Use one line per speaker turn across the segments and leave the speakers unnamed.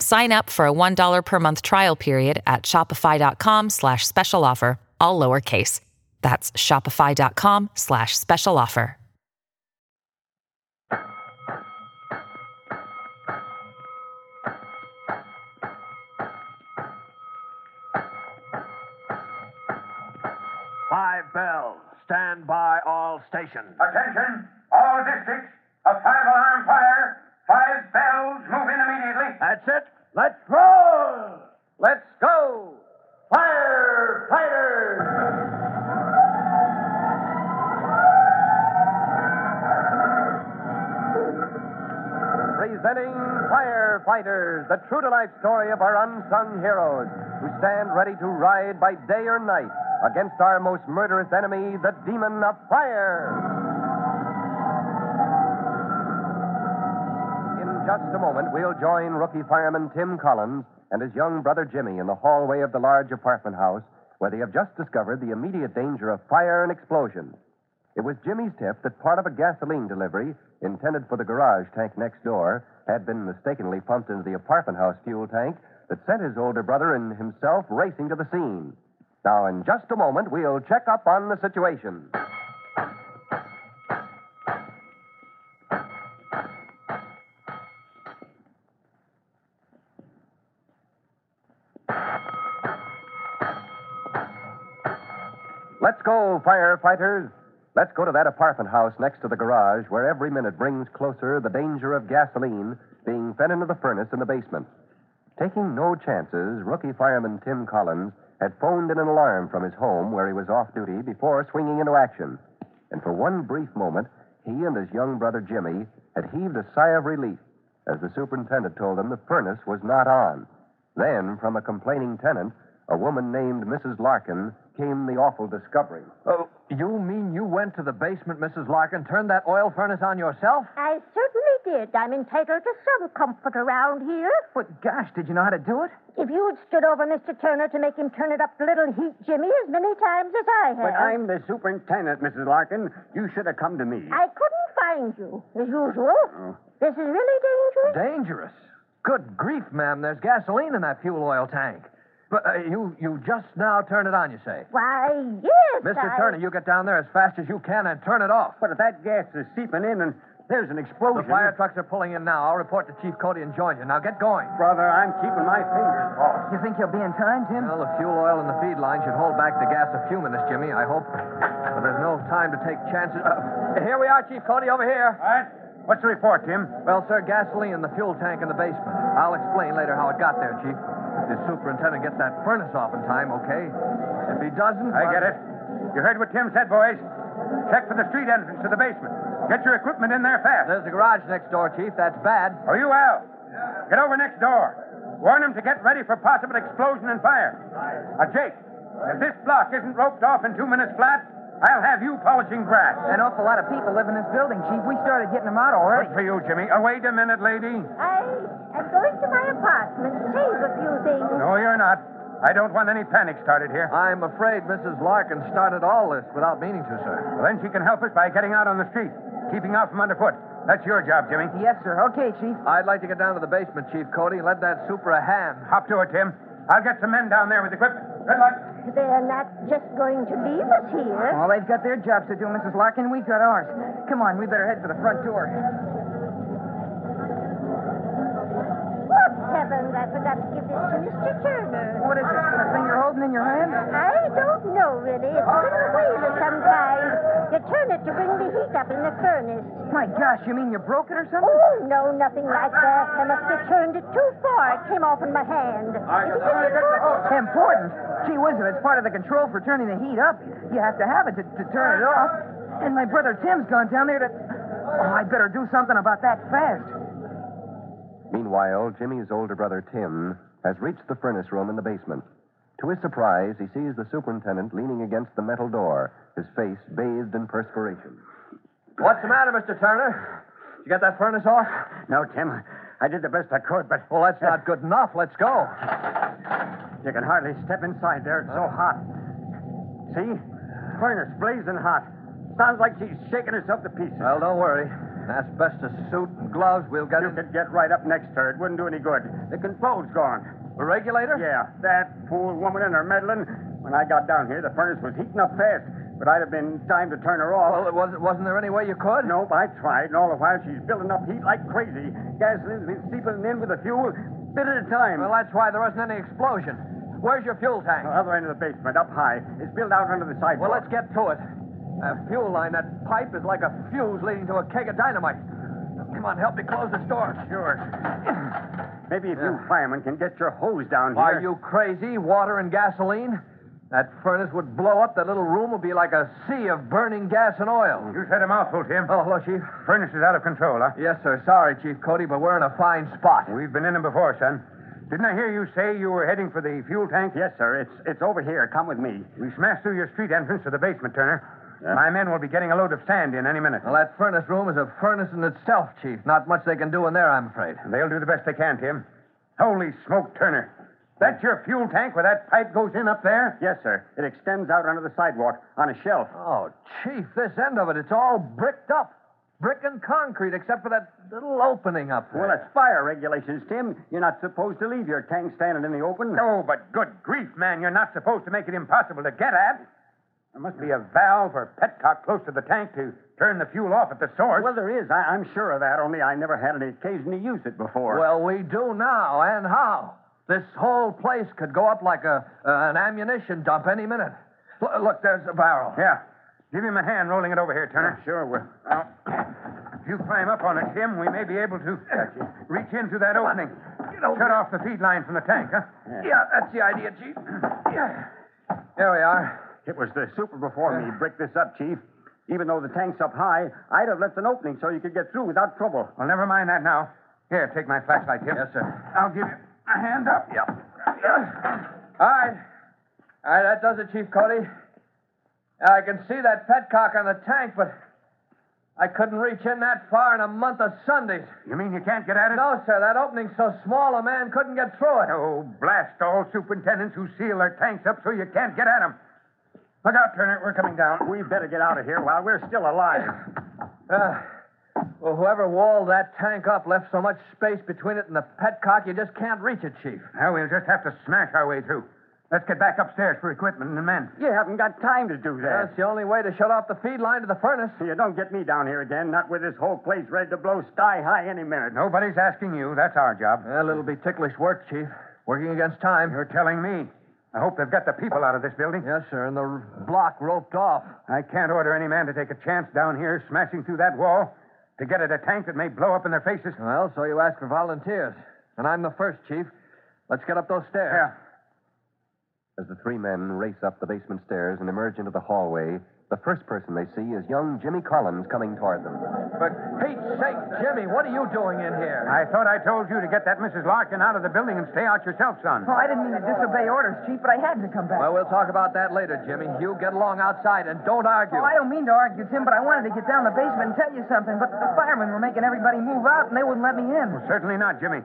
Sign up for a $1 per month trial period at shopify.com slash special offer, all lowercase. That's shopify.com slash special offer.
Five bells. Stand by all stations.
Attention, all districts, a five alarm fire. Five bells, move in immediately.
That's it. Let's roll. Let's go. Firefighters. Presenting Firefighters, the true to life story of our unsung heroes who stand ready to ride by day or night against our most murderous enemy, the demon of fire. In just a moment, we'll join rookie fireman Tim Collins and his young brother Jimmy in the hallway of the large apartment house where they have just discovered the immediate danger of fire and explosion. It was Jimmy's tip that part of a gasoline delivery intended for the garage tank next door had been mistakenly pumped into the apartment house fuel tank that sent his older brother and himself racing to the scene. Now, in just a moment, we'll check up on the situation. Let's go, firefighters. Let's go to that apartment house next to the garage where every minute brings closer the danger of gasoline being fed into the furnace in the basement. Taking no chances, rookie fireman Tim Collins had phoned in an alarm from his home where he was off duty before swinging into action. And for one brief moment, he and his young brother Jimmy had heaved a sigh of relief as the superintendent told them the furnace was not on. Then, from a complaining tenant, a woman named Mrs. Larkin, came the awful discovery. Oh, you mean you went to the basement, Mrs. Larkin, turned that oil furnace on yourself?
I certainly did. I'm entitled to some comfort around here.
But gosh, did you know how to do it?
If you had stood over Mr. Turner to make him turn it up a little heat, Jimmy, as many times as I have,
But I'm the superintendent, Mrs. Larkin. You should have come to me.
I couldn't find you, as usual. This is really dangerous.
Dangerous. Good grief, ma'am. There's gasoline in that fuel oil tank. But uh, you you just now turn it on, you say.
Why, yes.
Mr.
I-
Turner, you get down there as fast as you can and turn it off.
But if that gas is seeping in and there's an
The
explosion.
fire trucks are pulling in now. I'll report to Chief Cody and join you. Now get going.
Brother, I'm keeping my fingers crossed.
You think you'll be in time, Tim? Well, the fuel oil in the feed line should hold back the gas of fuminous, Jimmy, I hope. But there's no time to take chances. Uh, here we are, Chief Cody, over here.
All right. What's the report, Tim?
Well, sir, gasoline in the fuel tank in the basement. I'll explain later how it got there, Chief. If the superintendent gets that furnace off in time, okay? If he doesn't.
I get it. You heard what Tim said, boys. Check for the street entrance to the basement. Get your equipment in there fast.
There's a garage next door, Chief. That's bad.
Are you out? Get over next door. Warn them to get ready for possible explosion and fire. Now, Jake, if this block isn't roped off in two minutes flat, I'll have you polishing brass.
An awful lot of people live in this building, Chief. We started getting them out already.
Good for you, Jimmy. Oh, wait a minute, lady.
I am going to my apartment to save a few things.
No, you're not. I don't want any panic started here.
I'm afraid Mrs. Larkin started all this without meaning to, sir.
Well, then she can help us by getting out on the street, keeping out from underfoot. That's your job, Jimmy.
Yes, sir. Okay, Chief.
I'd like to get down to the basement, Chief Cody, and lend that super a hand.
Hop to it, Tim. I'll get some men down there with equipment. Good luck.
They're not just going to leave us here.
Oh.
Well, they've got their jobs to do, Mrs. Larkin. We've got ours. Come on, we better head for the front door.
Good heavens, I forgot to give this to Mr. Turner.
What is it?
something in your hand?
I don't know, really. It's a little wheel sometimes. You turn it to bring the heat up in the furnace.
My gosh, you mean you broke it or something?
Oh, no, nothing like that. I must have turned it too far. It came off in my hand. Is it any important?
Important. Gee whiz, if it's part of the control for turning the heat up, you have to have it to, to turn it off. And my brother Tim's gone down there to. Oh, I better do something about that fast.
Meanwhile, Jimmy's older brother, Tim, has reached the furnace room in the basement. To his surprise, he sees the superintendent leaning against the metal door, his face bathed in perspiration.
What's the matter, Mr. Turner? You got that furnace off?
No, Tim. I did the best I could, but.
Well, that's not good enough. Let's go.
You can hardly step inside there. It's so hot. See? Furnace blazing hot. Sounds like she's shaking herself to pieces.
Well, don't worry. Asbestos suit and gloves, we'll get
you
it.
could get right up next to her. It wouldn't do any good. The control's gone.
The regulator?
Yeah, that fool woman and her meddling. When I got down here, the furnace was heating up fast, but I'd have been time to turn her off.
Well, it wasn't, wasn't there any way you could?
Nope, I tried, and all the while she's building up heat like crazy. Gasoline's been seeping in with the fuel, bit at a time.
Well, that's why there wasn't any explosion. Where's your fuel tank?
The other end of the basement, up high. It's built out under the sidewalk.
Well, let's get to it. That fuel line, that pipe is like a fuse leading to a keg of dynamite. Come on, help me close this door.
Sure. Maybe if you firemen can get your hose down here.
Are you crazy? Water and gasoline? That furnace would blow up. That little room would be like a sea of burning gas and oil.
You said a mouthful, Tim.
Oh, hello, Chief.
Furnace is out of control, huh?
Yes, sir. Sorry, Chief Cody, but we're in a fine spot.
We've been in them before, son. Didn't I hear you say you were heading for the fuel tank? Yes, sir. It's it's over here. Come with me. We smashed through your street entrance to the basement, Turner. My men will be getting a load of sand in any minute.
Well, that furnace room is a furnace in itself, Chief. Not much they can do in there, I'm afraid.
They'll do the best they can, Tim. Holy smoke, Turner. That's your fuel tank where that pipe goes in up there? Yes, sir. It extends out under the sidewalk on a shelf.
Oh, Chief, this end of it, it's all bricked up. Brick and concrete, except for that little opening up there.
Well, it's fire regulations, Tim. You're not supposed to leave your tank standing in the open.
Oh,
No, but good grief, man. You're not supposed to make it impossible to get at. There must be a valve or petcock close to the tank to turn the fuel off at the source. Well, there is. I, I'm sure of that, only I never had an occasion to use it before.
Well, we do now, and how? This whole place could go up like a uh, an ammunition dump any minute. Look, look, there's a barrel.
yeah. Give him a hand rolling it over here, Turner. sure, we'll. Well, if you climb up on it, Tim, we may be able to reach into that opening. Shut off the feed line from the tank, huh?
Yeah, that's the idea, Chief. Yeah. Here we are.
It was the super before me bricked this up, Chief. Even though the tank's up high, I'd have left an opening so you could get through without trouble. Well, never mind that now. Here, take my flashlight, Tim. Yes, sir. I'll give you a hand up. Yeah.
All right. All right, that does it, Chief Cody. Now, I can see that petcock on the tank, but I couldn't reach in that far in a month of Sundays.
You mean you can't get at it?
No, sir, that opening's so small a man couldn't get through it.
Oh, blast all superintendents who seal their tanks up so you can't get at them. Look out, Turner. We're coming down. We better get out of here while we're still alive.
Uh, well, whoever walled that tank up left so much space between it and the petcock, you just can't reach it, Chief.
Now we'll just have to smash our way through. Let's get back upstairs for equipment and men. You haven't got time to do
That's the only way to shut off the feed line to the furnace.
You don't get me down here again, not with this whole place ready to blow sky high any minute. Nobody's asking you. That's our job.
Well, it'll be ticklish work, Chief. Working against time.
You're telling me. I hope they've got the people out of this building.
Yes, sir, and the r- block roped off.
I can't order any man to take a chance down here smashing through that wall to get at a tank that may blow up in their faces.
Well, so you ask for volunteers. And I'm the first, Chief. Let's get up those stairs.
Yeah.
As the three men race up the basement stairs and emerge into the hallway, the first person they see is young Jimmy Collins coming toward them.
For Pete's sake, Jimmy, what are you doing in here?
I thought I told you to get that Mrs. Larkin out of the building and stay out yourself, son.
Oh, I didn't mean to disobey orders, Chief, but I had to come back.
Well, we'll talk about that later, Jimmy. You get along outside and don't argue.
Oh, I don't mean to argue, Tim, but I wanted to get down the basement and tell you something. But the firemen were making everybody move out, and they wouldn't let me in.
Certainly not, Jimmy.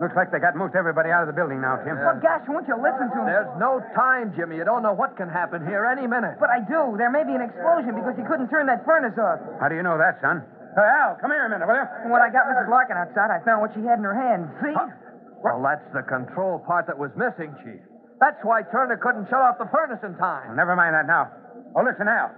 Looks like they got most everybody out of the building now, Tim.
Oh, gosh, won't you listen to me?
There's no time, Jimmy. You don't know what can happen here any minute.
But I do. There may be an explosion because you couldn't turn that furnace off.
How do you know that, son? Hey, Al, come here a minute, will you?
And when I got Mrs. Larkin outside, I found what she had in her hand. See?
Well, that's the control part that was missing, Chief. That's why Turner couldn't shut off the furnace in time.
Never mind that now. Oh, listen, Al.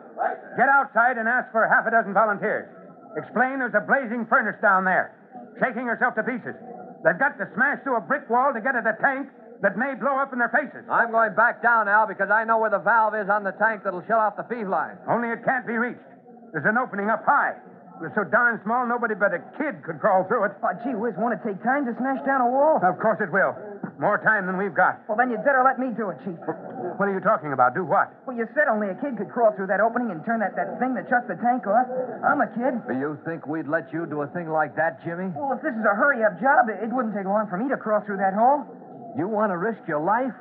Get outside and ask for half a dozen volunteers. Explain there's a blazing furnace down there, shaking herself to pieces. They've got to smash through a brick wall to get at the tank that may blow up in their faces.
I'm going back down, Al, because I know where the valve is on the tank that'll shut off the feed line.
Only it can't be reached. There's an opening up high. It was so darn small, nobody but a kid could crawl through it.
Oh, gee whiz, won't it take time to smash down a wall?
Of course it will. More time than we've got.
Well, then you'd better let me do it, Chief.
What are you talking about? Do what?
Well, you said only a kid could crawl through that opening and turn that, that thing that shuts the tank off. I'm a kid.
Do you think we'd let you do a thing like that, Jimmy?
Well, if this is a hurry up job, it, it wouldn't take long for me to crawl through that hole.
You want to risk your life?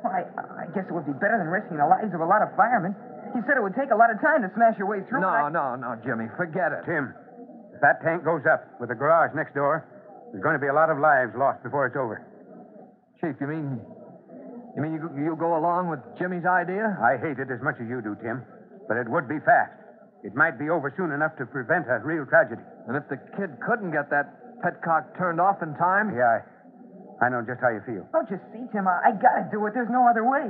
Well, I, I guess it would be better than risking the lives of a lot of firemen. You said it would take a lot of time to smash your way through.
No,
but I-
no, no, Jimmy. Forget it.
Tim, if that tank goes up with the garage next door, there's going to be a lot of lives lost before it's over.
Chief, you mean. You mean you, you go along with Jimmy's idea?
I hate it as much as you do, Tim, but it would be fast. It might be over soon enough to prevent a real tragedy.
And if the kid couldn't get that petcock turned off in time,
Yeah, I, I know just how you feel.
Don't you see, Tim? I, I gotta do it. There's no other way.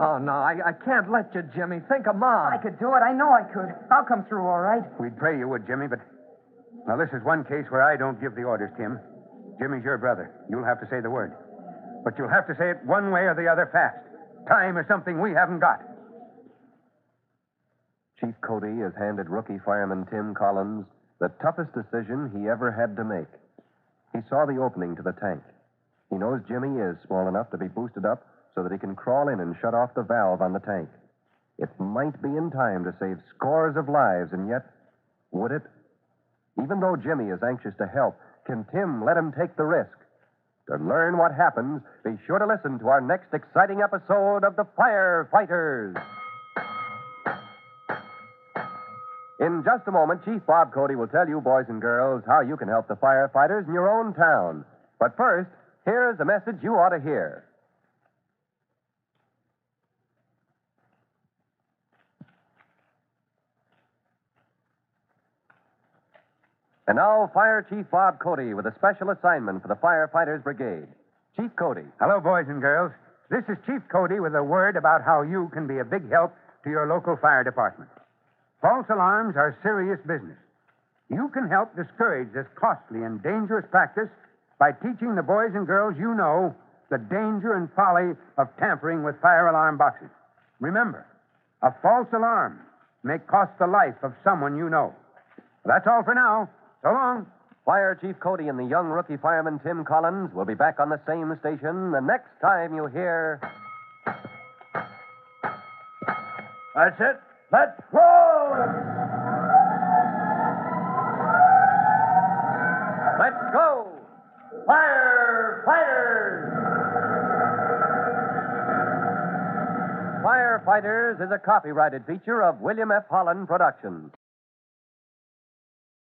Oh, no, I, I can't let you, Jimmy. Think of Mom.
I could do it. I know I could. I'll come through all right.
We'd pray you would, Jimmy, but. Now, this is one case where I don't give the orders, Tim. Jimmy's your brother. You'll have to say the word. But you'll have to say it one way or the other fast. Time is something we haven't got.
Chief Cody has handed rookie fireman Tim Collins the toughest decision he ever had to make. He saw the opening to the tank. He knows Jimmy is small enough to be boosted up so that he can crawl in and shut off the valve on the tank. It might be in time to save scores of lives, and yet, would it? Even though Jimmy is anxious to help, can Tim let him take the risk? To learn what happens, be sure to listen to our next exciting episode of The Firefighters. In just a moment, Chief Bob Cody will tell you, boys and girls, how you can help the firefighters in your own town. But first, here is a message you ought to hear. And now, Fire Chief Bob Cody with a special assignment for the Firefighters Brigade. Chief Cody.
Hello, boys and girls. This is Chief Cody with a word about how you can be a big help to your local fire department. False alarms are serious business. You can help discourage this costly and dangerous practice by teaching the boys and girls you know the danger and folly of tampering with fire alarm boxes. Remember, a false alarm may cost the life of someone you know. That's all for now. So long.
Fire Chief Cody and the young rookie fireman Tim Collins will be back on the same station the next time you hear.
That's it. Let's roll! Let's go! Firefighters!
Firefighters is a copyrighted feature of William F. Holland Productions.